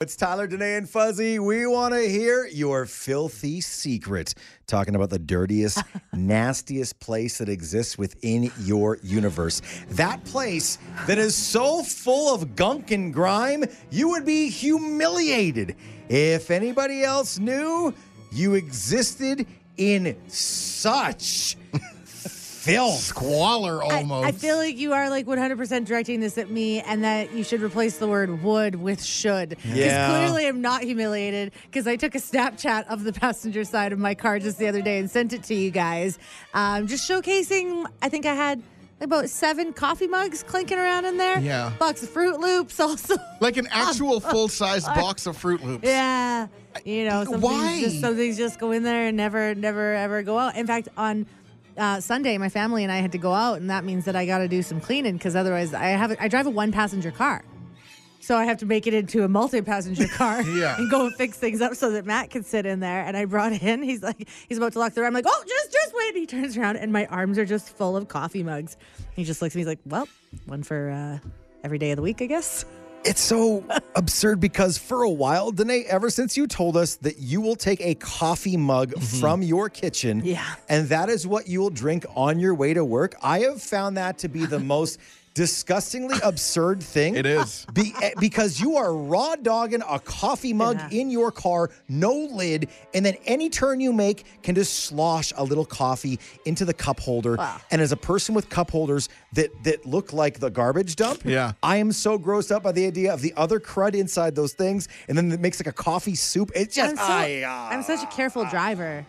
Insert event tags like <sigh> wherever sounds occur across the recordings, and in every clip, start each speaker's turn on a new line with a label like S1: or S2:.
S1: It's Tyler, Danae, and Fuzzy. We want to hear your filthy secret. Talking about the
S2: <laughs>
S1: dirtiest, nastiest place that exists within your universe. That place that is so full of gunk and grime, you would be humiliated if anybody else knew you existed in
S2: <laughs>
S1: such filth.
S3: squalor
S2: I-
S3: almost.
S2: I, feel like you are like 100% directing this at me and that you should replace the word would with should. Because
S1: Yeah.
S2: clearly I'm not humiliated because I took a Snapchat of the passenger side of my car just the other day and sent it to you guys. Um, just showcasing, I think I had about seven coffee mugs clinking around in there.
S3: Yeah.
S2: Box of Fruit Loops <laughs> also.
S3: like an
S2: Ah.
S3: actual full
S2: <laughs>
S3: size box of Fruit Loops.
S2: Yeah. You know, some
S3: Why?
S2: things just some things just go in there and never, never, ever go out. In fact, on uh, Sunday, my family and I had to go out, and that means that I got to do some cleaning because otherwise, I have I drive a one passenger car, so I have to make it into a
S3: <laughs>
S2: multi passenger car
S3: Yeah.
S2: and go and fix things up so that Matt can sit in there. And I brought in. He's like, he's about to lock the door. I'm like, oh, just, just wait. He turns around, and my arms are just full of coffee mugs. He just looks at me. He's like, well, one for uh, every day of the week, I guess.
S1: It's
S2: <laughs>
S1: so absurd because for a while, Danae, ever since you told us that you will take a coffee mug from your kitchen,
S2: Mm-hmm. Yeah.
S1: and that is what you will drink on your way to work, I have found that to be the
S2: <laughs>
S1: most disgustingly absurd thing.
S3: It is.
S1: <laughs> Be- eh, because you are raw dogging a coffee mug
S2: Yeah.
S1: in your car, no lid, and then any turn you make can just slosh a little coffee into the cup holder. And as a person with cup holders that that look like the garbage dump,
S3: Yeah.
S1: I am so grossed up by the idea of the other crud inside those things, and then it makes like a coffee soup. It's just
S2: I'm, so,
S1: I, uh,
S2: I'm such a careful driver.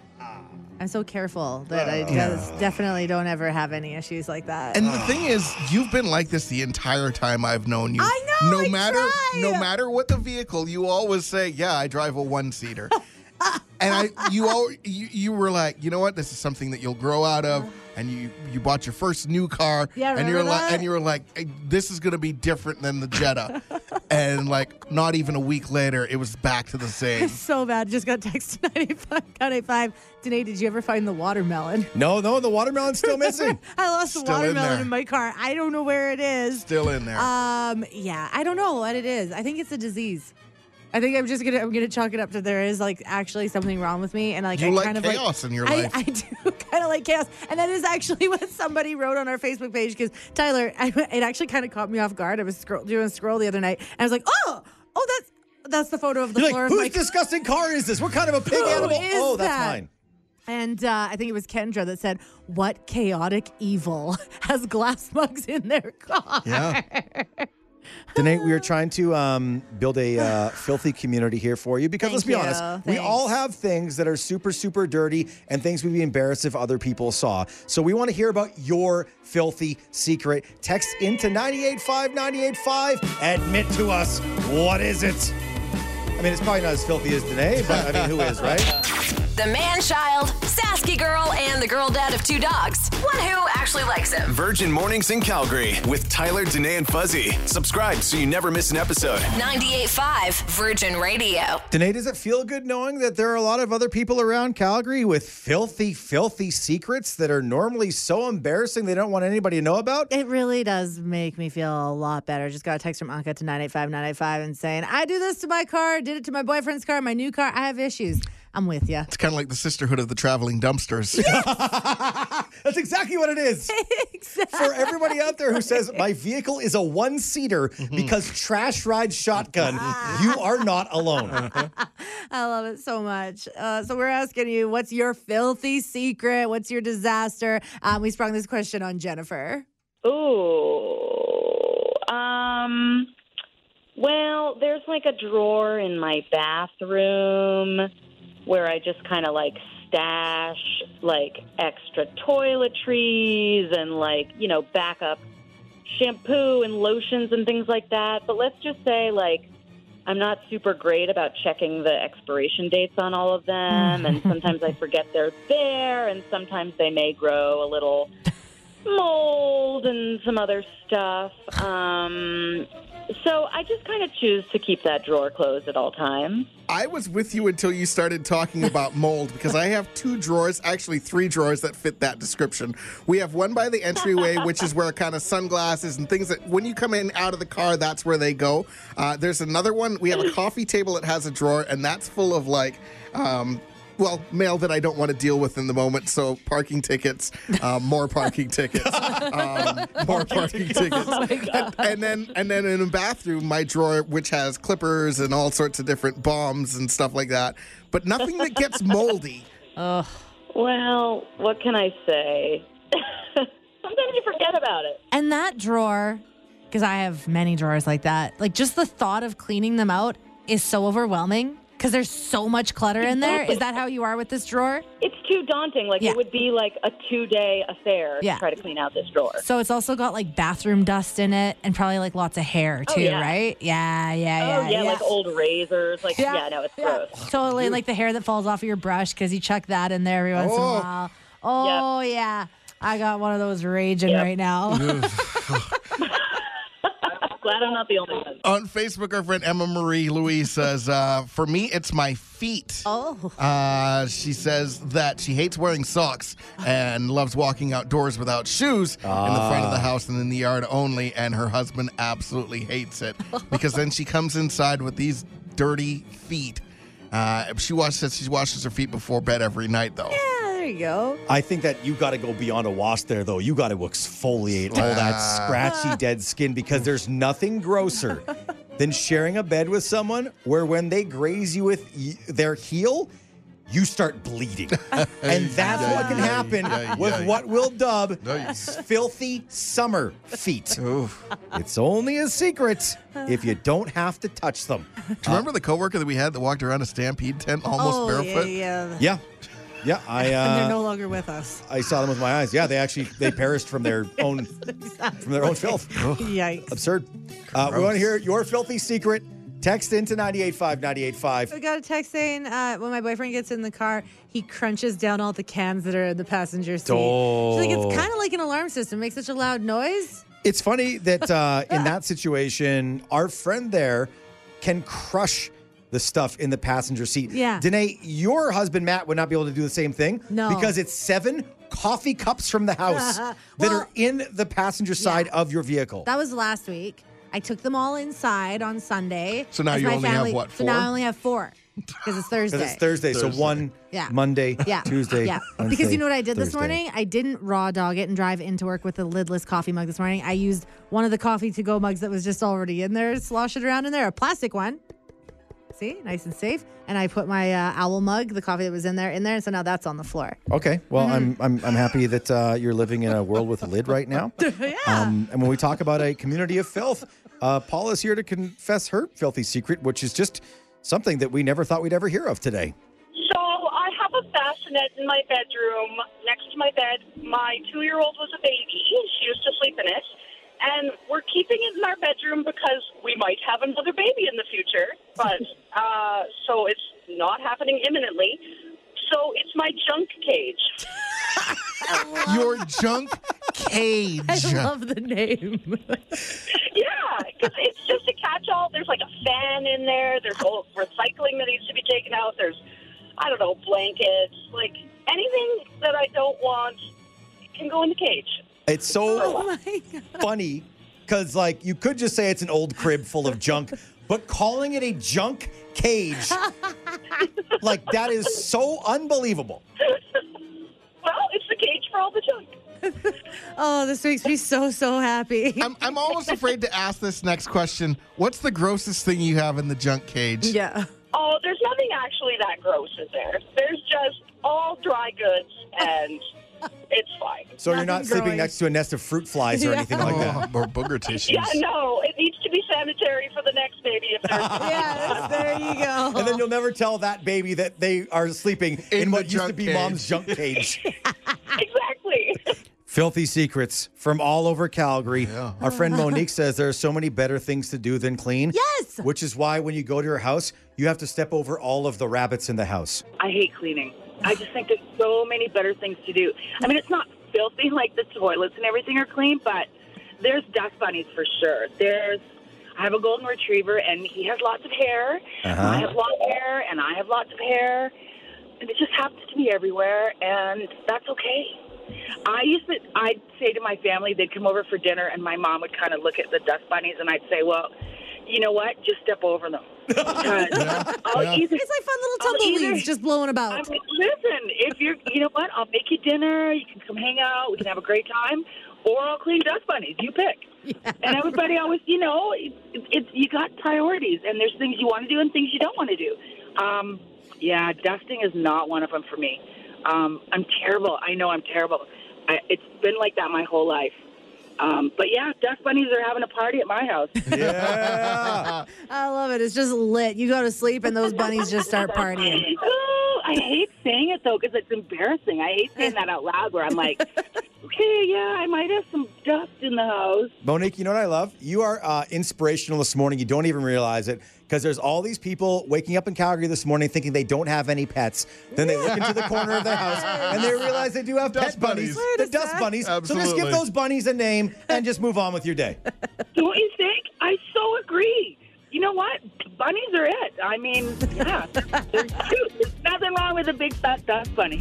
S2: I'm so careful that I just definitely don't ever have any issues like that. <laughs>
S3: And the thing is, you've been like this the entire time I've known you.
S2: I know,
S3: No
S2: I
S3: matter
S2: try.
S3: no matter what the vehicle, you always say, "Yeah, I drive a one
S2: <laughs>
S3: seater." and I you all you, you were like, "You know what? This is something that you'll grow out of." And you you bought your first new car
S2: Yeah,
S3: and you're
S2: remember
S3: like
S2: that?
S3: and you were like, "Hey, "This is going to be different than the
S2: <laughs>
S3: Jetta." and like not even a week later, it was back to the
S2: <laughs>
S3: same.
S2: so bad. Just got <laughs> text 95, 985. Danae, did you ever find the watermelon?
S1: no, no, the watermelon's still missing.
S2: I lost the
S3: Still in
S2: watermelon
S3: there.
S2: in, my car. I don't know where it is.
S3: Still in there.
S2: Um, yeah, I don't know what it is. I think it's a disease. I think I'm just gonna I'm gonna chalk it up to there is like actually something wrong with me and like
S3: You
S2: I
S3: like
S2: kind of
S3: chaos
S2: like,
S3: in your
S2: I,
S3: life.
S2: I do <laughs> kind of like chaos, and that is actually <laughs> what somebody wrote on our Facebook page because Tyler, <laughs> I, it actually kind of caught me off guard. I was scroll, doing a scroll the other night, and I was like, oh, oh, that's that's the photo <laughs> of the
S1: You're
S2: floor
S1: like,
S2: of
S1: whose
S2: my car."
S1: disgusting car is this? What kind of a pig
S2: Who
S1: animal?
S2: is
S1: Oh, that's
S2: that?
S1: mine.
S2: And uh, I think it was Kendra that said, "What chaotic evil <laughs> has glass mugs in their car?"
S3: yeah.
S1: Danae, we
S2: <laughs>
S1: are trying to um, build a uh, filthy community here for you because let's be
S2: Thank
S1: honest,
S2: you.
S1: we all
S2: Thanks.
S1: have things that are super, super dirty and things we'd be embarrassed if other people saw. So we want to hear about your filthy secret. Text into 985 985. Admit to us, what is it? I mean, it's probably not as filthy as today, but I mean, who is,
S2: <laughs>
S1: right?
S4: The man child, Sasky girl, and the girl dad of two dogs. One who actually likes him.
S5: Virgin Mornings in Calgary with Tyler, Danae, and Fuzzy. Subscribe so you never miss an episode.
S4: 98.5 Virgin Radio.
S1: Danae, does it feel good knowing that there are a lot of other people around Calgary with filthy, filthy secrets that are normally so embarrassing they don't want anybody to know about?
S2: It really does make me feel a lot better. Just got a text from Anka to 985 985 and saying, I do this to my car, did it to my boyfriend's car, my new car. I have issues. I'm with you.
S3: It's kind of like the sisterhood of the traveling dumpsters.
S1: That's exactly what it is. For everybody out there who says my vehicle is a one seater because trash ride shotgun, you are not alone.
S2: I love it so much. Uh, so, we're asking you, what's your filthy secret? What's your disaster? Um, we sprung this question on Jennifer.
S6: Ooh. Um. Well, there's like a drawer in my bathroom where I just kind of like stash like extra toiletries and like you know backup shampoo and lotions and things like that. But let's just say like. I'm not super great about checking the expiration dates on all of them, and sometimes I forget they're there, and sometimes they may grow a little mold and some other stuff. Um, So I just kind of choose to keep that drawer closed at all times.
S3: I was with you until you started talking about mold because I have two drawers, actually three drawers that fit that description. We have one by the entryway, which is where kind of sunglasses and things that when you come in out of the car, that's where they go. Uh, there's another one. We have a coffee table that has a drawer, and that's full of like. Um, well, mail that I don't want to deal with in the moment. So parking tickets, uh, more parking tickets, um, more parking tickets, and, and then and then in the bathroom, my drawer which has clippers and all sorts of different bombs and stuff like that, but nothing that gets moldy.
S6: Well, what can I say? <laughs> Sometimes you forget about it.
S2: And that drawer, because I have many drawers like that, like just the thought of cleaning them out is so overwhelming because there's so much clutter in there. Is that how you are with this drawer?
S6: It's too daunting. Like
S2: Yeah.
S6: it would be like a two-day affair
S2: Yeah.
S6: to try to clean out this drawer.
S2: So it's also got like bathroom dust in it and probably like lots of hair too,
S6: Oh, yeah.
S2: right? Yeah, yeah, yeah.
S6: oh yeah, like old razors. Like yeah, no, it's
S2: yeah.
S6: gross.
S2: Totally like the hair that falls off of your brush because you chuck that in there every once in a
S3: Oh.
S2: while. Oh, yeah. I got one of those raging
S6: Yep. <laughs>
S2: right now.
S6: I'm glad I'm not the only one.
S3: On Facebook, our friend Emma Marie Louise says, uh, "For me, it's my feet."
S2: oh.
S3: Uh, she says that she hates wearing socks and loves walking outdoors without shoes in the front of
S1: Ah.
S3: the house and in the yard only. And her husband absolutely hates it because then she comes inside with these dirty feet. Uh, she washes, says she washes her feet before bed every night, though.
S2: <laughs> Yeah, there you go.
S1: I think that you got to go beyond a wash there, though. You got to exfoliate all that
S3: Ah.
S1: scratchy dead skin because there's nothing grosser than sharing a bed with someone where when they graze you with y- their heel, you start
S3: <laughs>
S1: bleeding. and that's what can
S3: Ay, ay,
S1: happen
S3: ay,
S1: with
S3: ay.
S1: what we'll dub
S3: Ay.
S1: filthy summer feet.
S3: Oof.
S1: It's only a secret if you don't have to touch them.
S3: Do you remember the coworker that we had that walked around a stampede tent almost
S2: oh,
S3: barefoot?
S2: Yeah, yeah.
S1: Yeah. Yeah, I uh,
S2: <laughs> and they're no longer with us.
S1: I saw them with my eyes. Yeah, they actually they perished from
S2: <laughs>
S1: their own from their own filth.
S2: Yikes.
S1: Absurd. Uh, we want to hear your filthy secret. Text into 985 985.
S2: I got a text saying uh, when my boyfriend gets in the car, he crunches down all the cans that are in the passenger seat. She's like,
S1: Oh.
S2: it's kind of like an alarm system. Makes such a loud noise.
S1: It's funny that uh, in that situation, our friend there can crush the stuff in the passenger seat.
S2: Yeah.
S1: Danae, your husband Matt would not be able to do the same thing.
S2: No.
S1: Because it's seven coffee cups from the house
S2: <laughs>
S1: that
S2: Well-
S1: are in the passenger side of your
S3: Oh.
S1: vehicle.
S2: That was last week. I took them all inside on Sunday.
S3: So now
S2: as
S3: you
S2: my
S3: only have,
S2: family-
S3: what,
S2: So now I
S3: four?
S2: only have four
S3: <laughs>
S2: because it's Thursday.
S1: Because it's Thursday, so one
S2: Yeah.
S1: Monday,
S2: Yeah.
S1: <laughs> Tuesday.
S2: Yeah. because
S1: Wednesday,
S2: you know what I did this
S1: Thursday.
S2: morning? I didn't raw dog it and drive into work with a lidless coffee mug this morning. I used one of the coffee to go mugs that was just already in there, slosh it around in there, a plastic one. See, nice and safe. And I put my uh, owl mug, the coffee that was in there, in there. So now that's on the floor.
S1: Okay. Well, I'm,
S2: Mm-hmm.
S1: I'm I'm happy that uh, you're living in a world with a lid right
S2: <laughs>
S1: now. yeah. Um, and when we talk about a community of filth, uh, Paula's here to confess her filthy secret, which is just something that we never thought we'd ever hear of today.
S7: So I have a bassinet in my bedroom next to my bed. My two year old was a baby. She used to sleep in it. And we're keeping it in our bedroom because we might have another baby in the future.
S2: <laughs>
S7: But uh, so it's not happening imminently. So it's my junk
S2: <laughs>
S7: cage. <laughs>
S3: Your junk cage.
S2: I love the name.
S7: <laughs> Yeah, because it's just a catch-all. There's like a fan in there. There's old recycling that needs to be taken out. There's, I don't know, blankets. Like anything that I don't want can go in the cage.
S1: It's
S2: <laughs>
S1: so
S2: Oh my God.
S1: funny because like you could just say it's an old crib full of junk, but calling it a junk
S2: <laughs>
S1: cage, like that is so unbelievable.
S7: Well, it's the cage for all the junk.
S2: Oh, this makes me so, so happy.
S3: I'm, I'm almost afraid to ask this next question. What's the grossest thing you have in the junk cage?
S2: yeah.
S7: Oh, there's nothing actually that gross in there. There's just all dry goods, and it's fine.
S1: So you're not
S2: Nothing
S1: sleeping
S2: growing.
S1: next to a nest of fruit flies or
S2: <laughs> Yeah.
S1: anything like that.
S3: Oh, or booger tissues.
S7: Yeah, no, it needs to be sanitary for the next baby if
S2: <laughs>
S7: there's.
S2: Yes, there you go.
S1: And then you'll never tell that baby that they are sleeping in,
S3: In the
S1: what used to
S3: junk
S1: be
S3: cage.
S1: mom's
S3: <laughs>
S1: junk cage.
S7: exactly.
S1: Filthy secrets from all over Calgary. Our
S2: <laughs>
S1: friend Monique says there are so many better things to do than clean.
S2: Yes!
S1: Which is why when you go to her house, you have to step over all of the rabbits in the house.
S8: I hate cleaning. I just think there's so many better things to do. I mean, it's not <laughs> filthy like the toilets and everything are clean, but there's dust bunnies for sure. There's, I have a golden retriever, and he has lots of hair. and I have long hair, and I have lots of hair. And it just happens to be everywhere, and that's okay. I used to, I'd say to my family, they'd come over for dinner, and my mom would kind of look at the dust bunnies, and I'd say, well, you know what? Just step over them. Because <laughs> I'll
S3: yeah.
S8: either-
S2: It's like fun
S8: I'll
S2: little tumbleweeds
S8: either-
S2: just blowing
S8: I
S2: about.
S8: mean, listen, if you're, you know what? I'll make you dinner. You can come hang out. We can have a great time. Or I'll clean dust bunnies. You pick. And everybody always, you know, it, it, you got priorities, and there's things you want to do and things you don't want to do. Um, yeah, dusting is not one of them for me. Um, I'm terrible. I know I'm terrible. I, it's been like that my whole life. Um, but yeah, dust bunnies are having a party at my house. <laughs>
S1: Yeah.
S2: I love it. It's just lit. You go to sleep and those bunnies just start partying.
S8: Oh, I hate saying it though because it's embarrassing. I hate saying that out loud where I'm like, <laughs> okay, yeah, I might have some dust in the house.
S1: Monique, you know what I love? You are uh, inspirational this morning. You don't even realize it because there's all these people waking up in Calgary this morning thinking they don't have any pets. Then they look into the corner of their house and they realize they do have
S3: Dust
S1: pet bunnies.
S3: bunnies.
S1: They're dust bunnies. So just give
S3: Absolutely.
S1: those bunnies a name and just move on with your day.
S8: Don't you think? I so agree. You know what? Bunnies are it. I mean, yeah, they're cute. There's nothing wrong with a big fat dust bunny.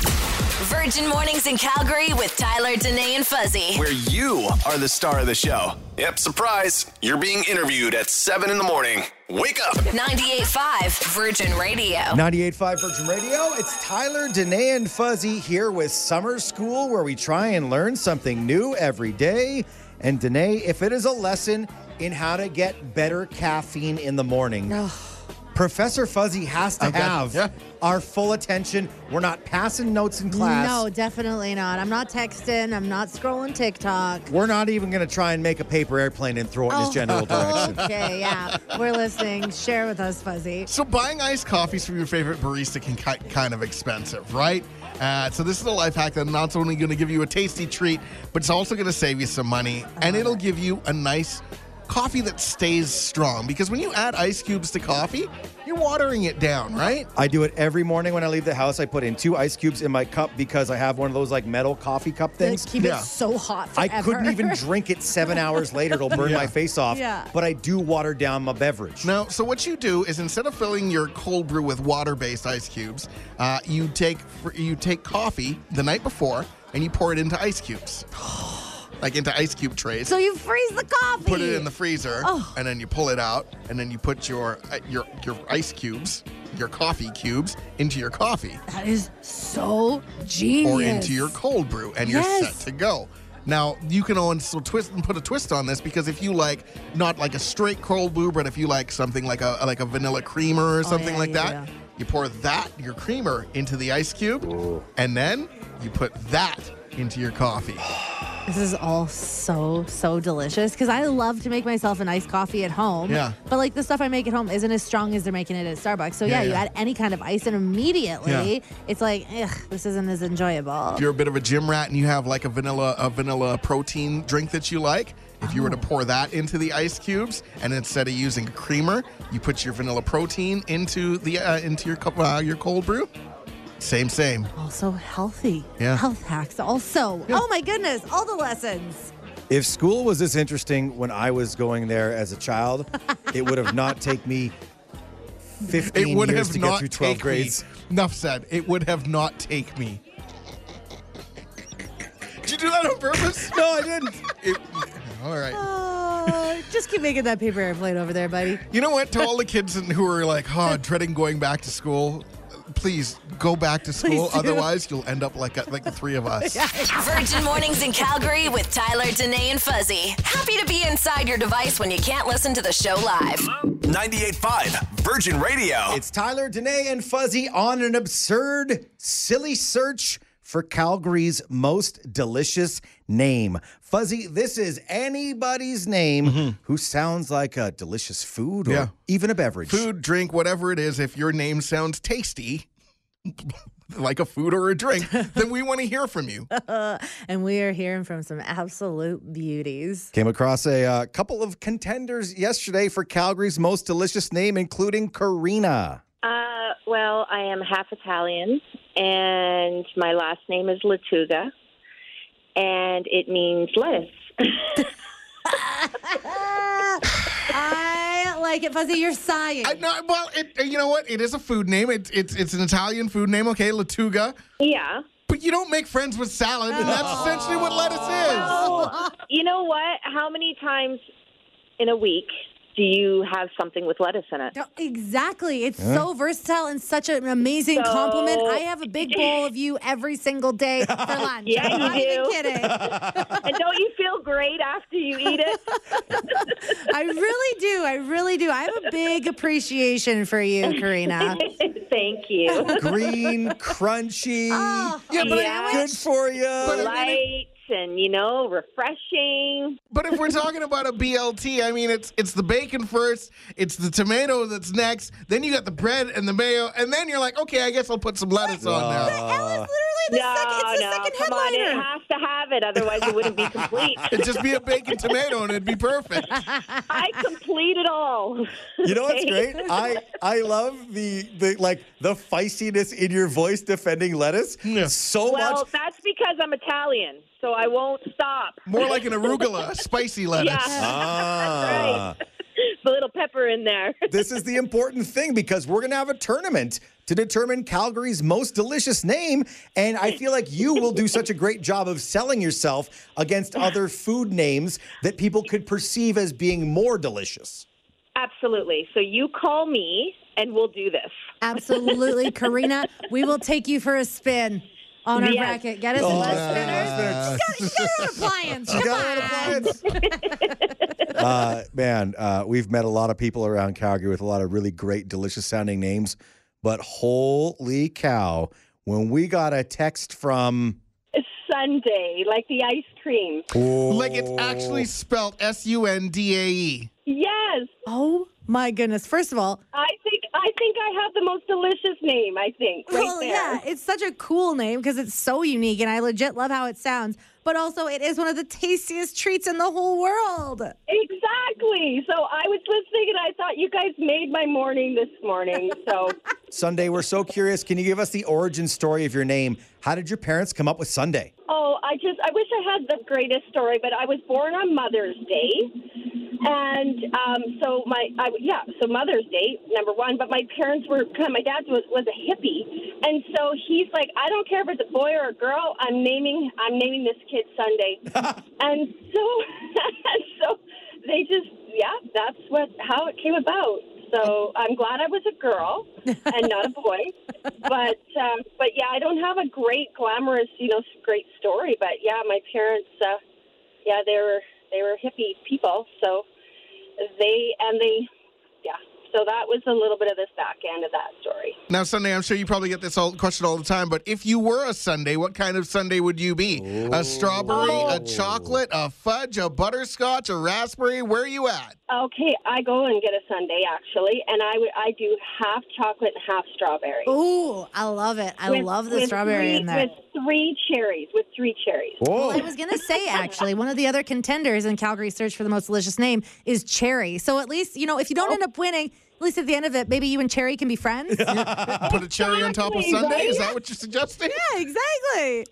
S4: Virgin Mornings in Calgary with Tyler, Danae, and Fuzzy.
S5: where you are the star of the show. Yep, surprise. You're being interviewed at 7 in the morning. Wake up.
S4: 98.5 Virgin Radio.
S2: Oh.
S1: 98.5 Virgin Radio. It's Tyler, Danae, and Fuzzy here with Summer School, where we try and learn something new every day. And Danae, if it is a lesson in how to get better caffeine in the morning, Professor Fuzzy has to
S3: Okay,
S1: have
S3: yeah.
S1: our full attention. We're not passing notes in class.
S2: No, definitely not. I'm not texting. I'm not scrolling TikTok. Oh,
S1: We're not even going to try and make a paper airplane and throw it in his
S2: <laughs>
S1: general direction.
S2: Okay, yeah. We're listening. Share with us, Fuzzy.
S3: So buying iced coffees from your favorite barista can ki- kind of expensive, right? Uh, so this is a life hack that's not only going to give you a tasty treat, but it's also going to save you some money, and it'll give you a nice coffee that stays strong. Because when you add ice cubes to coffee, you're watering it down, right?
S1: I do it every morning when I leave the house. I put in two ice cubes in my cup because I have one of those like metal coffee cup things.
S2: Keep
S3: Yeah.
S2: it so hot
S1: I
S2: forever.
S1: couldn't even drink it seven hours later. It'll burn
S2: <laughs>
S1: my face off.
S2: Yeah.
S1: But I do water down my beverage.
S3: Now, so what you do is instead of filling your cold brew with water-based ice cubes, uh, you take you take coffee the night before and you pour it into ice
S1: <gasps>
S3: cubes, like into ice cube trays.
S2: so you freeze the coffee.
S3: put it in the freezer,
S1: Oh.
S3: and then you pull it out, and then you put your uh, your your ice cubes, your coffee cubes, into your coffee
S2: That is so genius.
S3: or into your cold brew, and you're
S2: Yes.
S3: set to go. Now you can also twist and put a twist on this because if you like not like a straight cold brew, but if you like something like a like a vanilla creamer or something
S2: Oh, yeah,
S3: like
S2: yeah,
S3: that,
S2: yeah.
S3: you pour that your creamer into the ice cube, and then you put that into your coffee.
S2: This is all so so delicious because I love to make myself an iced coffee at home.
S3: Yeah.
S2: But like the stuff I make at home isn't as strong as they're making it at Starbucks. So yeah,
S3: Yeah,
S2: you
S3: yeah.
S2: add any kind of ice and immediately
S3: Yeah.
S2: it's like, ugh, this isn't as enjoyable.
S3: if you're a bit of a gym rat and you have like a vanilla a vanilla protein drink that you like if you were to
S1: Oh.
S3: pour that into the ice cubes and instead of using a creamer you put your vanilla protein into the uh, into your cup uh, your cold brew same same
S2: Also healthy.
S3: Yeah.
S2: Health hacks also. Oh my goodness, all the lessons.
S1: If school was this interesting when I was going there as a child, it would have not taken me 15
S3: it would have
S1: years to get
S3: not
S1: through 12
S3: take
S1: grades.
S3: me enough said it would have not take me did you do that on purpose
S1: No, I didn't.
S3: It- all right
S2: Oh, just keep making that paper airplane over there, buddy. <laughs>
S3: You know what? To all the kids in- who are like, oh,
S1: <laughs>
S3: dreading going back to school, please go back to school.
S2: Please do.
S3: Otherwise, you'll end up like like the three of us.
S4: <laughs> Virgin Mornings in Calgary with Tyler, Danae, and Fuzzy. Happy to be inside your device when you can't listen to the show live.
S5: 98.5 Virgin Radio.
S1: It's Tyler, Danae, and Fuzzy on an absurd, silly search for Calgary's most delicious name. Fuzzy, this is anybody's name who sounds like a delicious food or
S3: Yeah.
S1: <laughs> even a beverage.
S3: Food, drink, whatever it is, if your name sounds tasty, <laughs> like a food or a drink, then we want to hear from you.
S2: And we are hearing from some absolute beauties.
S1: Came across a uh, couple of contenders yesterday for Calgary's most delicious name, including Karina.
S7: <laughs> Uh, well, I am half Italian, and my last name is Latuga, and it means lettuce.
S2: <laughs> I like it, Fuzzy. You're sighing.
S3: I know. Well, it, uh, you know what? It is a food name. It's it's it's an Italian food name. Okay, Latuga.
S7: Yeah.
S3: But you don't make friends with salad,
S1: Oh.
S3: and that's essentially what lettuce is.
S7: Oh, you know what? How many times in a week do you have something with lettuce in it?
S2: No, exactly. It's so versatile and such an amazing
S7: So-
S2: compliment. I have
S7: <laughs>
S2: a big bowl of you every single
S1: <laughs>
S2: day for lunch.
S7: Yeah,
S2: I'm
S7: you
S2: not even
S7: do. <laughs>
S2: kidding.
S7: and don't you feel great after you eat it?
S2: <laughs> I really do. I really do. I have a big appreciation for you, Karina.
S7: <laughs> Thank you.
S1: Green, crunchy.
S2: Oh,
S3: Yeah, but I-
S7: Yeah.
S1: Good for you.
S7: Light and, you know, refreshing.
S3: But if we're talking about a BLT, I mean, it's it's the bacon first, it's the tomato that's next, then you got the bread and the mayo, and then you're like, okay, I guess I'll put some lettuce on there.
S2: Alice, literally the
S7: no,
S2: second, it's the
S7: no,
S2: second
S7: come on. It
S2: headliner.
S7: has to have it. Otherwise, it wouldn't be
S2: <laughs>
S7: complete.
S3: <laughs> It'd just be a bacon tomato, and it'd be perfect.
S7: <laughs> I complete it all.
S1: You know what's great? I I love the the like the feistiness in your voice defending lettuce so
S7: <laughs> Well,
S1: much.
S7: that's because I'm Italian, so I won't stop.
S3: More like an
S7: <laughs>
S3: arugula, spicy lettuce.
S7: Yeah.
S1: Ah.
S7: The little pepper in there. <laughs>
S1: This is the important thing because we're going to have a tournament to determine Calgary's most delicious name. And I feel like you will do such a great job of selling yourself against other food names that people could perceive as being more delicious.
S7: Absolutely. So you call me, and we'll do this. <laughs>
S2: Absolutely, Karina. We will take you for a spin on our
S7: Yes.
S2: bracket. Get us oh, a
S1: Spinners.
S2: She's got her own appliance.
S1: You
S2: Come
S1: got it,
S2: on.
S1: appliance. uh, man, uh, we've met a lot of people around Calgary with a lot of really great, delicious sounding names. But holy cow, when we got a text from.
S7: Sunday, like the ice cream.
S3: Like it's
S2: Oh.
S3: actually spelled S U N D A E.
S7: Yes,
S2: Oh my goodness. First of all,
S7: I think I think I have the most delicious name. I think right
S2: well,
S7: there.
S2: yeah, it's such a cool name because it's so unique and I legit love how it sounds. But also, it is one of the tastiest treats in the whole world.
S7: Exactly. So I was listening, and I thought you guys made my morning this morning. So
S1: Sunday, we're so curious. Can you give us the origin story of your name? How did your parents come up with Sunday?
S7: Oh, I just I wish I had the greatest story, but I was born on Mother's Day, and um, so my I, yeah, so Mother's Day number one. But my parents were kind of my dad was was a hippie, and so he's like, I don't care if it's a boy or a girl, I'm naming I'm naming this kid Sunday, and so <laughs> and so they just yeah, that's what how it came about. So I'm glad I was a girl and not a boy. But um, but yeah, I don't have a great glamorous, you know, s- great story. But yeah, my parents, uh, yeah, they were they were hippie people. So they and they, yeah. So that was a little bit of the back end of that story.
S3: Now, Sunday, I'm sure you probably get this all, question all the time, but if you were a Sunday, what kind of Sunday would you be? A strawberry,
S2: Oh.
S3: a chocolate, a fudge, a butterscotch, a raspberry? Where are you at?
S7: Okay, I go and get a Sunday actually, and I would I do half chocolate and half strawberry.
S2: Ooh, I love it. I
S7: With-
S2: love the
S7: with
S2: strawberry
S7: three,
S2: in there.
S7: With three cherries, with three cherries.
S1: Whoa.
S2: I was going to say, actually, one of the other contenders in Calgary's search for the most delicious name is Cherry. So at least, you know, if you
S7: Oh.
S2: don't end up winning, at least at the end of it, maybe you and Cherry can be friends. yeah,
S3: <laughs> Put a cherry on top of
S7: Exactly,
S3: Sunday? Is
S7: right?
S3: that what you're suggesting?
S2: exactly.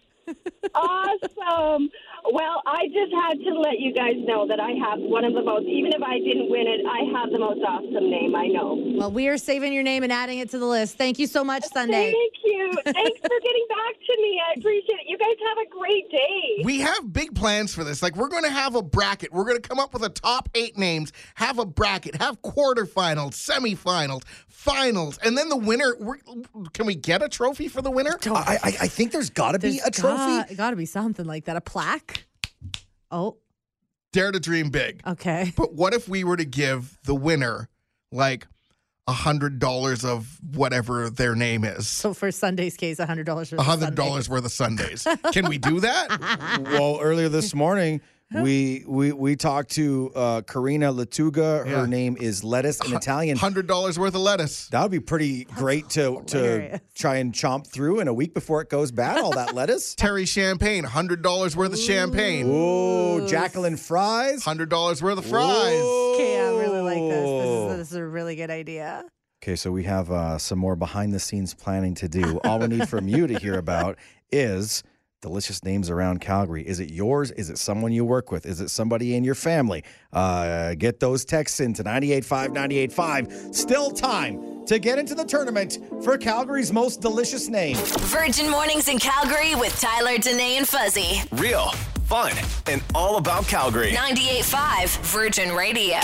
S7: awesome. Well, I just had to let you guys know that I have one of the most, even if I didn't win it, I have the most awesome name I know.
S2: Well, we are saving your name and adding it to the list. Thank you so much, Sunday.
S7: Thank you. Thanks for getting back to me. I appreciate it. You guys have a great day.
S3: We have big plans for this. Like, we're going to have a bracket. We're going to come up with a top eight names, have a bracket, have quarterfinals, semifinals, finals, and then the winner. We're, can we get a trophy for the winner?
S1: I, I, I think there's got to be a trophy.
S2: Got to be something like that. A plaque. Oh,
S3: Dare to dream big.
S2: okay.
S3: But what if we were to give the winner like a hundred dollars of whatever their name is?
S2: So for Sunday's case, hundred dollars.
S3: A hundred dollars worth of
S2: <laughs>
S3: Sundays. Can we do that?
S1: well, earlier this morning, we we we talked to uh, Karina Latuga. Her
S3: Yeah.
S1: name is Lettuce in Italian.
S3: Hundred dollars worth of lettuce.
S1: That would be pretty great to to
S2: hilarious.
S1: try and chomp through in a week before it goes bad. All that <laughs> lettuce.
S3: Terry champagne. Hundred dollars worth of champagne.
S1: Oh, Jacqueline fries.
S3: Hundred dollars worth of fries.
S2: Okay, I really like this. This
S1: Whoa.
S2: is, this is a really good idea.
S1: Okay, so we have uh, some more behind the scenes planning to do. All we need from you to hear about is delicious names around Calgary. Is it yours? Is it someone you work with? Is it somebody in your family? Uh, get those texts into 985 985. Still time to get into the tournament for Calgary's most delicious name.
S4: Virgin Mornings in Calgary with Tyler, Danae, and Fuzzy.
S5: Real, fun, and all about Calgary.
S4: 98.5 Virgin Radio.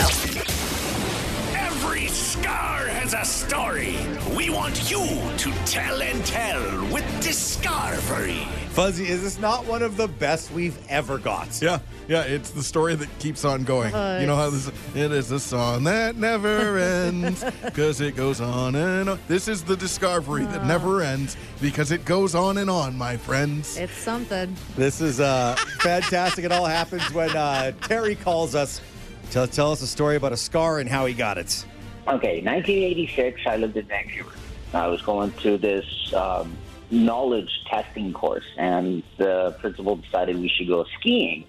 S9: Every scar has a story. We want you to tell and tell with Discovery.
S1: Fuzzy, is this not one of the best we've ever got?
S3: Yeah, <laughs> yeah, it's the story that keeps on going. you know how this it is a song that
S1: <laughs>
S3: never ends because it goes on and on. This is the discovery that never ends because it goes on and on, my friends.
S2: It's something.
S1: This is uh, fantastic. It all happens when uh, Terry calls us to tell us a story about a scar and how he got it.
S10: Okay, 1986, I lived in Vancouver. I was going to this um, knowledge testing course, and the principal decided we should go skiing.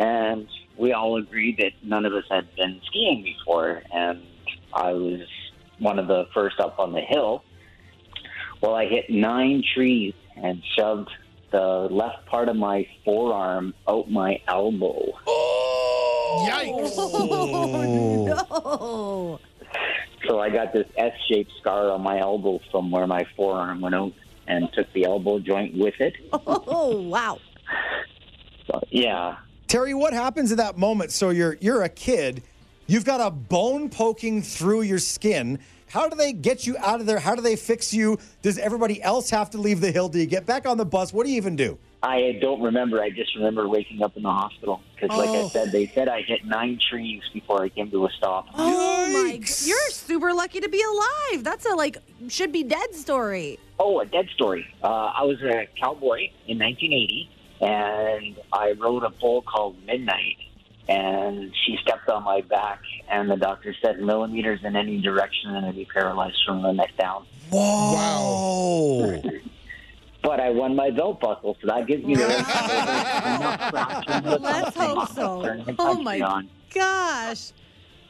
S10: And we all agreed that none of us had been skiing before, and I was one of the first up on the hill. Well, I hit nine trees and shoved the left part of my forearm out my elbow.
S3: Yikes!
S2: <laughs> Oh,
S10: So I got this S shaped scar on my elbow from where my forearm went out and took the elbow joint with it.
S2: oh wow.
S10: So, yeah.
S1: Terry, what happens at that moment? So you're you're a kid, you've got a bone poking through your skin. How do they get you out of there? How do they fix you? Does everybody else have to leave the hill? Do you get back on the bus? What do you even do?
S10: I don't remember. I just remember waking up in the hospital. Because, like I said, they said I hit nine trees before I came to a stop.
S2: Oh my!
S1: Yikes.
S2: g- You're super lucky to be alive. That's a like should be dead story.
S10: Oh, a dead story. Uh, I was a cowboy in 1980, and I rode a bull called Midnight, and she stepped on my back, and the doctor said millimeters in any direction, and I'd be paralyzed from the neck down.
S1: Whoa! Wow.
S10: But I won my belt buckle, so that gives me the enough traction to
S2: Let's hope so. Oh my
S10: on.
S2: gosh!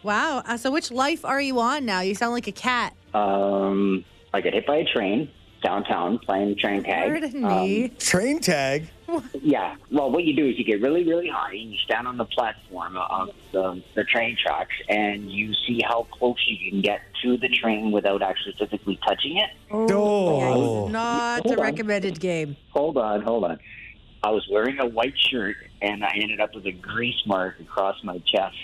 S2: Wow. Uh, so which life are you on now? You sound like a cat.
S10: Um, I got hit by a train downtown playing train tag. Um,
S2: Pardon me.
S1: Train tag.
S10: Yeah. Well, what you do is you get really, really high and you stand on the platform of the, the train tracks and you see how close you can get to the train without actually physically touching it.
S2: Yeah, this
S1: Oh.
S2: is not a
S10: Hold on.
S2: recommended game.
S10: Hold on, hold on. I was wearing a white shirt and I ended up with a grease mark across my chest.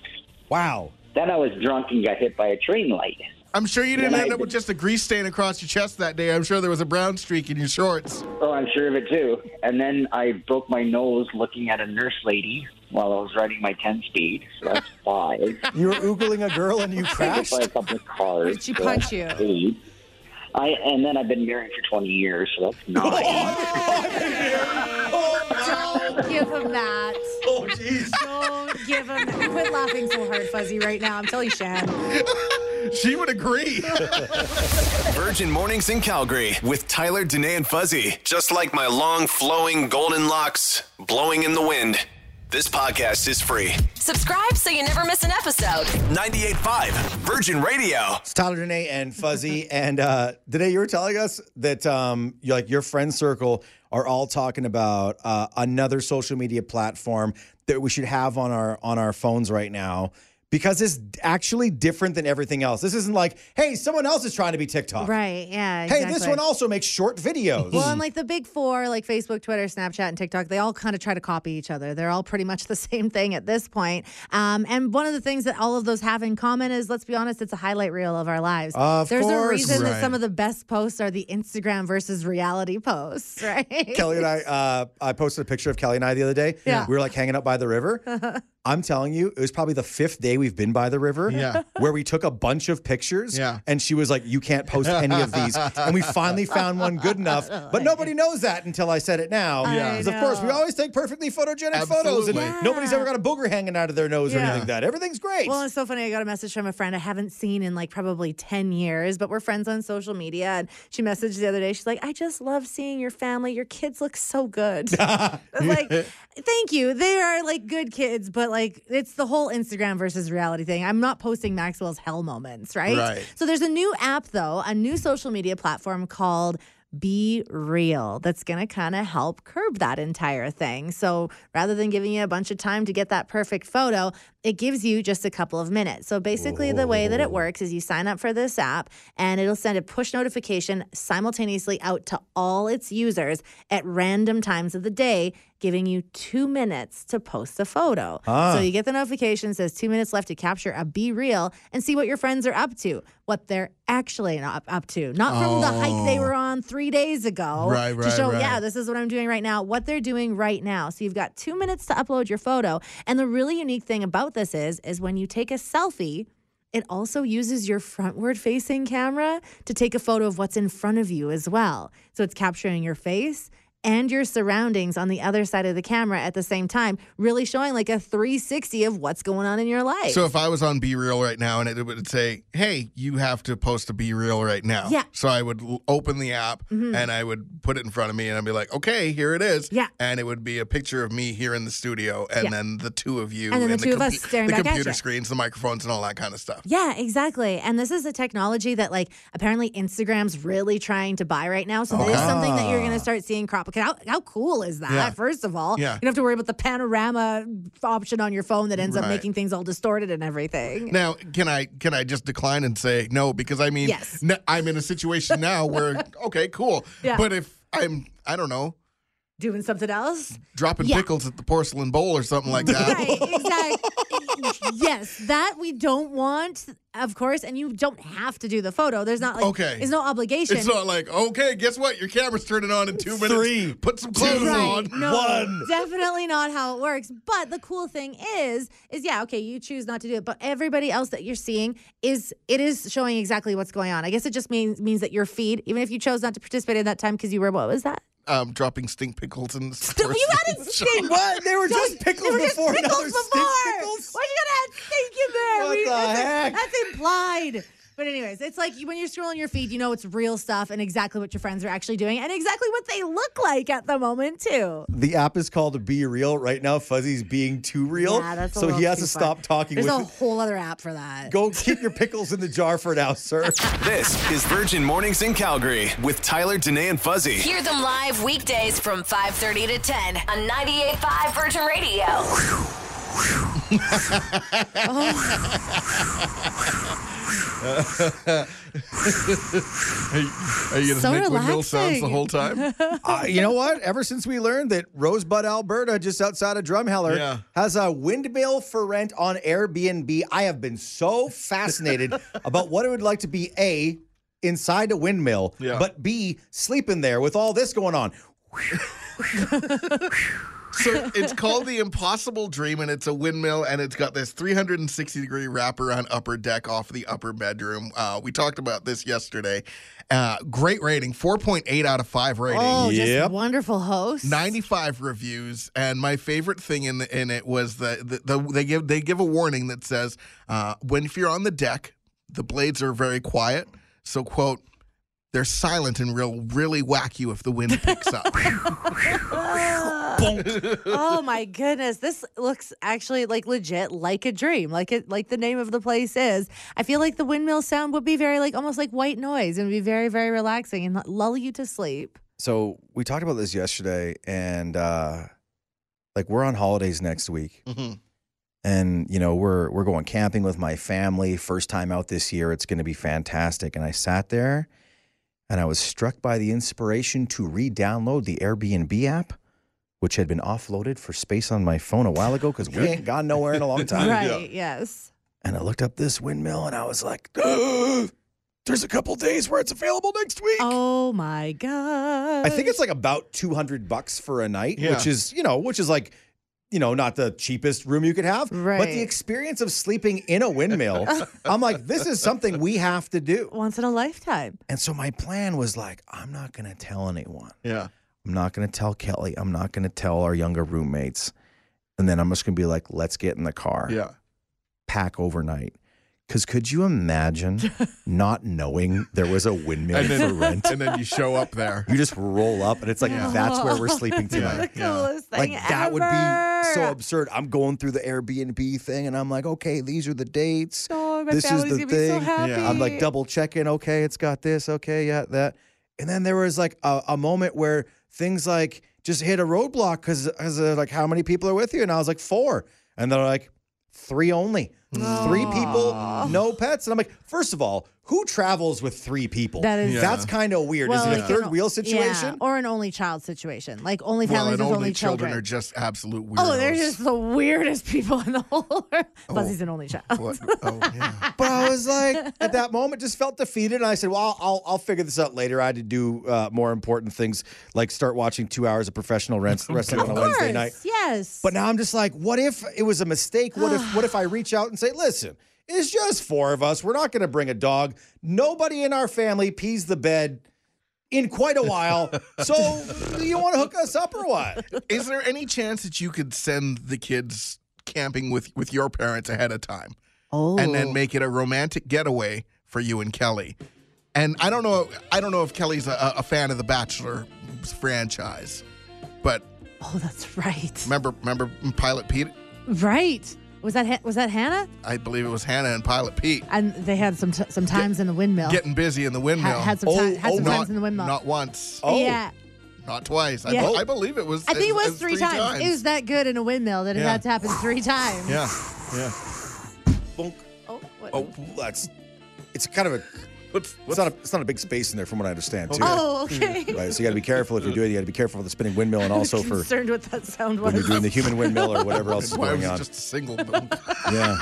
S1: Wow.
S10: Then I was drunk and got hit by a train light.
S3: I'm sure you didn't
S10: Yeah,
S3: end
S10: I
S3: up with
S10: did.
S3: just a grease stain across your chest that day. I'm sure there was a brown streak in your shorts.
S10: Oh, I'm sure of it too. And then I broke my nose looking at a nurse lady while I was riding my 10 speed. So
S1: <laughs>
S10: that's five.
S1: You were oogling a girl
S10: <laughs>
S1: and you crashed.
S10: by a couple of cars.
S2: Did she
S10: so
S2: punch
S10: that's
S2: you?
S10: eight. I and then I've been married for 20 years, so
S1: <laughs>
S10: that's
S2: Oh,
S10: nine.
S2: Don't give him that.
S1: Oh, jeez.
S2: Don't give him that. Quit laughing so hard, Fuzzy, right now. I'm telling
S1: <laughs>
S2: you, Shan.
S3: She would agree.
S5: Virgin Mornings in Calgary with Tyler, Danae, and Fuzzy. Just like my long, flowing golden locks blowing in the wind. This podcast is free.
S4: Subscribe so you never miss an episode.
S5: 98.5 Virgin Radio.
S1: It's Tyler Danae and Fuzzy.
S2: <laughs>
S1: and uh today you were telling us that um you like your friend circle are all talking about uh, another social media platform that we should have on our on our phones right now because it's actually different than everything else. This isn't like, hey, someone else is trying to be TikTok.
S2: Right, yeah.
S1: Hey, this one also makes short videos.
S2: Well, and like the big four, like Facebook, Twitter, Snapchat, and TikTok, they all kind of try to copy each other. They're all pretty much <laughs> the same thing at this point. Um, and one of the things that all of those have in common is, let's be honest, it's a highlight reel of our lives.
S1: Of
S2: There's a
S1: course.
S2: reason that some
S3: Right.
S2: of the best posts are the Instagram versus reality posts, <laughs> right?
S1: Kelly and I, uh, I posted a picture of Kelly and I the other day.
S2: Yeah.
S1: We were like hanging out by the river. I'm telling you, it was probably the fifth day we've been by the river
S3: Yeah.
S1: <laughs> where we took a bunch of pictures.
S3: Yeah.
S1: And she was like, You can't post any of these. And we finally found one good enough. But nobody knows that until I said it now.
S3: Yeah.
S1: Because, of course, we always take perfectly photogenic photos and
S3: Absolutely.
S1: nobody's ever got a booger hanging out of their nose or
S2: Yeah.
S1: anything like that. Everything's great.
S2: Well, it's so funny. I got a message from a friend I haven't seen in like probably 10 years, but we're friends on social media. And she messaged the other day. She's like, I just love seeing your family. Your kids look
S1: <laughs>
S2: so good. <laughs> I was like, thank you. They are like good kids, but like it's the whole Instagram versus reality thing. I'm not posting Maxwell's hell moments, right?
S3: Right.
S2: So there's a new app, though, a new social media platform called be real that's going to kind of help curb that entire thing. So rather than giving you a bunch of time to get that perfect photo, it gives you just a couple of minutes. So basically, the way that it works is you sign up for this app and it'll send a push notification simultaneously out to all its users at random times of the day, giving you two minutes to post a photo.
S1: Ah.
S2: So you get the notification says two minutes left to capture a be real and see what your friends are up to, what they're actually not up to, not from the hike they
S3: Oh.
S2: were on three days ago.
S3: Right,
S2: To
S3: right,
S2: show,
S3: right.
S2: yeah, this is what I'm doing right now, what they're doing right now. So you've got two minutes to upload your photo. And the really unique thing about this is, is when you take a selfie, it also uses your frontward facing camera to take a photo of what's in front of you as well. So it's capturing your face and your surroundings on the other side of the camera at the same time, really showing like a 360 of what's going on in your life.
S3: So if I was on Be Real right now and it would say, "Hey, you have to post a Be Real right now."
S2: Yeah. Mm-hmm.
S3: So I would l- open the app and I would put it in front of me and I'd be like, "Okay, here it is."
S2: Yeah.
S3: And it would be a picture of me here in the studio and
S2: Yeah.
S3: then the two of you
S2: And then the two of us
S3: compu-
S2: staring
S3: the
S2: back at
S3: computer
S2: you.
S3: screens, the microphones, and all that kind of stuff.
S2: Yeah, exactly. And this is a technology that, like, apparently Instagram's really trying to buy right now. So this is something that you're going to start seeing crop. Because how, how cool is that?
S3: Yeah.
S2: First of all,
S3: Yeah.
S2: you don't have to worry about the panorama option on your phone that ends up
S3: Right.
S2: making things all distorted and everything.
S3: Now, can I can I just decline and say no? Because I mean,
S2: Yes.
S3: n- I'm in a situation now
S2: <laughs>
S3: where <laughs> okay, cool.
S2: Yeah.
S3: But if I'm I don't know
S2: Doing something else.
S3: dropping
S2: Yeah.
S3: pickles at the porcelain bowl or something like that.
S2: Right, exactly. <laughs> yes, that we don't want, of course, and you don't have to do the photo. There's not like
S3: Okay.
S2: there's no obligation.
S3: It's not like, okay, guess what? Your camera's turning on in two minutes.
S1: Three,
S3: Put some clothes
S2: Right.
S3: on.
S2: No,
S1: One.
S2: Definitely not how it works. But the cool thing is, is yeah, okay, you choose not to do it, but everybody else that you're seeing is it is showing exactly what's going on. I guess it just means means that your feed, even if you chose not to participate in that time because you were what
S1: <laughs>
S2: was that?
S3: Um, dropping stink pickles
S2: <laughs>
S3: and
S2: Still, you added
S3: <laughs>
S2: stink.
S1: What? They were just
S2: They
S1: pickles
S2: were just
S1: before.
S2: pickles
S1: now they're
S2: before.
S1: stink pickles?
S2: Why you gotta add stink in there?
S1: What the
S2: that's,
S1: heck?
S2: that's implied. But anyways, it's like you- when you're scrolling your feed, you know it's real stuff and exactly what your friends are actually doing and exactly what they look like at the moment too.
S1: The app is called Be Real. Right now, Fuzzy's being too real.
S2: Yeah, that's a
S1: so he
S2: little
S1: has
S2: too
S1: to
S2: far.
S1: stop talking
S2: There's
S1: with
S2: a whole other app
S1: <laughs>
S2: for that.
S1: Go keep your pickles in the jar for now, sir.
S5: <laughs> This is Virgin Mornings in Calgary with Tyler, Danae, and Fuzzy.
S4: Hear them live weekdays from 5.30 to 10 on 98.5 Virgin Radio.
S3: Are you, are you gonna
S2: So
S3: make windmill sounds the
S2: relaxing.
S3: whole time?
S2: <laughs>
S1: Uh, you know what? Ever since we learned that Rosebud, Alberta, just outside of Drumheller,
S3: Yeah.
S1: has a windmill for rent on Airbnb, I have been
S3: <laughs>
S1: so fascinated about what it would like to be A, inside a windmill,
S3: Yeah.
S1: but B, sleep in there with all this going on.
S3: so it's called the Impossible Dream, and it's a windmill, and it's got this 360 degree wrapper on upper deck off the upper bedroom. Uh, we talked about this yesterday. Uh, great rating, 4.8 out of 5 rating.
S2: Oh,
S1: Yep.
S2: just wonderful host.
S3: 95 reviews and my favorite thing in the, in it was that the, the, they give they give a warning that says uh, when if you're on the deck the blades are very quiet so quote they're silent and will really whack you if the wind
S11: <laughs>
S3: picks up
S2: oh
S1: <laughs>
S2: my goodness, this looks actually like legit, like a dream, like it, like the name of the place is. I feel like the windmill sound would be very like almost like white noise and be very very relaxing and lull you to sleep.
S1: So we talked about this yesterday, and uh, like we're on holidays next week.
S3: Mhm.
S1: and you know we're we're going camping with my family first time out this year it's going to be fantastic and i sat there and i was struck by the inspiration to re-download the airbnb app which had been offloaded for space on my phone a while ago because we ain't gone nowhere in a long time
S2: <laughs> Right? Yes.
S1: and i looked up this windmill and i was like <gasps> there's a couple days where it's available next week
S2: Oh my god.
S1: I think it's like about 200 bucks for a night,
S3: Yeah.
S1: which is, you know, which is like, you know, not the cheapest room you could have, but
S2: Right.
S1: the experience of sleeping in a
S2: <laughs>
S1: windmill, I'm like, this is something we have to do.
S2: once in a lifetime.
S1: And so my plan was like, I'm not going to tell anyone.
S3: yeah
S1: I'm not going to tell Kelly. I'm not going to tell our younger roommates. And then I'm just going to be like, let's get in the car,
S3: yeah
S1: pack overnight. Because could you imagine
S2: <laughs>
S1: not knowing there was a windmill for rent?
S3: and then you show up there
S1: You just roll up and it's like, that's where we're sleeping tonight.
S3: Yeah.
S2: <laughs> The coolest
S1: like
S2: thing
S1: that would be so
S2: ever.
S1: absurd. I'm going through the Airbnb thing, and I'm like, okay, these are the dates.
S2: Oh, my
S1: this is
S2: family's
S1: the
S2: gonna be so
S1: thing.
S2: happy.
S3: Yeah.
S1: I'm like double checking. Okay, it's got this. Okay, yeah, that. And then there was like a, a moment where things like just hit a roadblock because like how many people are with you? And I was like four, and they're like three only, three people, no pets. And I'm like, first of all, who travels with three people?
S11: That is- Yeah.
S1: that's kind of weird.
S11: Well,
S1: is it
S11: like
S1: a
S11: an
S1: third
S11: o-
S1: wheel
S11: Yeah,
S1: situation?
S11: or an only child situation. Like only
S3: Well,
S11: families
S3: and
S11: with
S3: only
S11: only
S3: children.
S11: children.
S3: are just absolute weirdos. Oh.
S11: oh, they're just the weirdest people in the whole world. Buzzy's an only child.
S3: What? Oh, yeah.
S1: But I was like, at that moment, just felt defeated. And I said, well, I'll, I'll, I'll figure this out later. I had to do uh, more important things, like start watching two hours of professional rent- wrestling on a
S11: Of course,
S1: Wednesday night.
S11: yes.
S1: But now I'm just like, what if it was a mistake? What if what if I reach out and say, listen, it's just four of us. We're not going to bring a dog. Nobody in our family pees the bed in quite a while. so do you want to hook us up or what?
S3: Is there any chance that you could send the kids camping with with your parents ahead of time?
S11: oh,
S3: and then make it a romantic getaway for you and Kelly. And I don't know, I don't know if Kelly's a, a fan of the Bachelor franchise, but
S11: oh, that's right.
S3: remember, remember Pilot Pete?
S11: Right. Was that Ha- was that Hannah?
S3: I believe it was Hannah and Pilot Pete
S11: And they had some t- some times in the windmill.
S3: getting busy in the windmill.
S11: had some
S1: Oh,
S11: time, had
S1: oh,
S11: some
S3: not,
S11: times in the windmill.
S3: Not once,
S1: Oh.
S11: Yeah,
S3: not twice. I,
S11: Yeah.
S3: be- I believe it was.
S11: I think it was, three,
S3: three
S11: times. It was that good in a windmill that it
S3: Yeah.
S11: had to happen three times.
S3: <sighs> yeah,
S1: Bonk.
S11: Oh, what?
S1: Oh, that's it's kind of a
S3: what's,
S1: it's not a it's not a big space in there from what I understand too.
S3: <laughs>
S11: Oh, okay. <laughs>
S1: Right, so you got to be careful if you're doing it. You got to be careful with the spinning windmill and also for
S11: concerned what that sound
S1: when you're
S11: was.
S1: doing the human windmill or whatever else is
S3: why
S1: going
S3: was it
S1: on.
S3: just a single? boom?
S1: Yeah.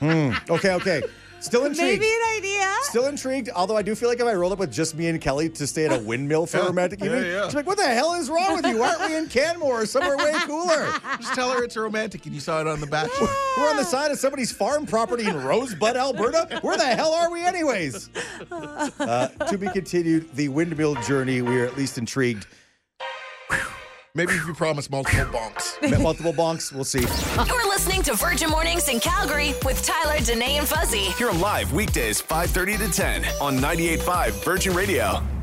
S1: Hmm. Okay, okay. Still intrigued.
S11: Maybe an idea.
S1: Still intrigued, although I do feel like if I rolled up with just me and Kelly to stay at
S3: <laughs>
S1: a windmill for a romantic evening,
S3: yeah.
S1: she's like, what the hell is wrong with you? Why aren't we in Canmore or somewhere way cooler?
S3: just tell her it's romantic, and you saw it on the Bachelor.
S1: We're on the side of somebody's farm property in Rosebud, Alberta. Where the hell are we, anyways? Uh, to be continued, the windmill journey. We are at least intrigued.
S3: Maybe if you promise multiple bonks.
S1: Met multiple bonks. We'll see.
S4: You're listening to Virgin Mornings in Calgary with Tyler, Danae, and Fuzzy.
S5: Hear 'em live weekdays 5:30 to 10 on 98.5 Virgin Radio.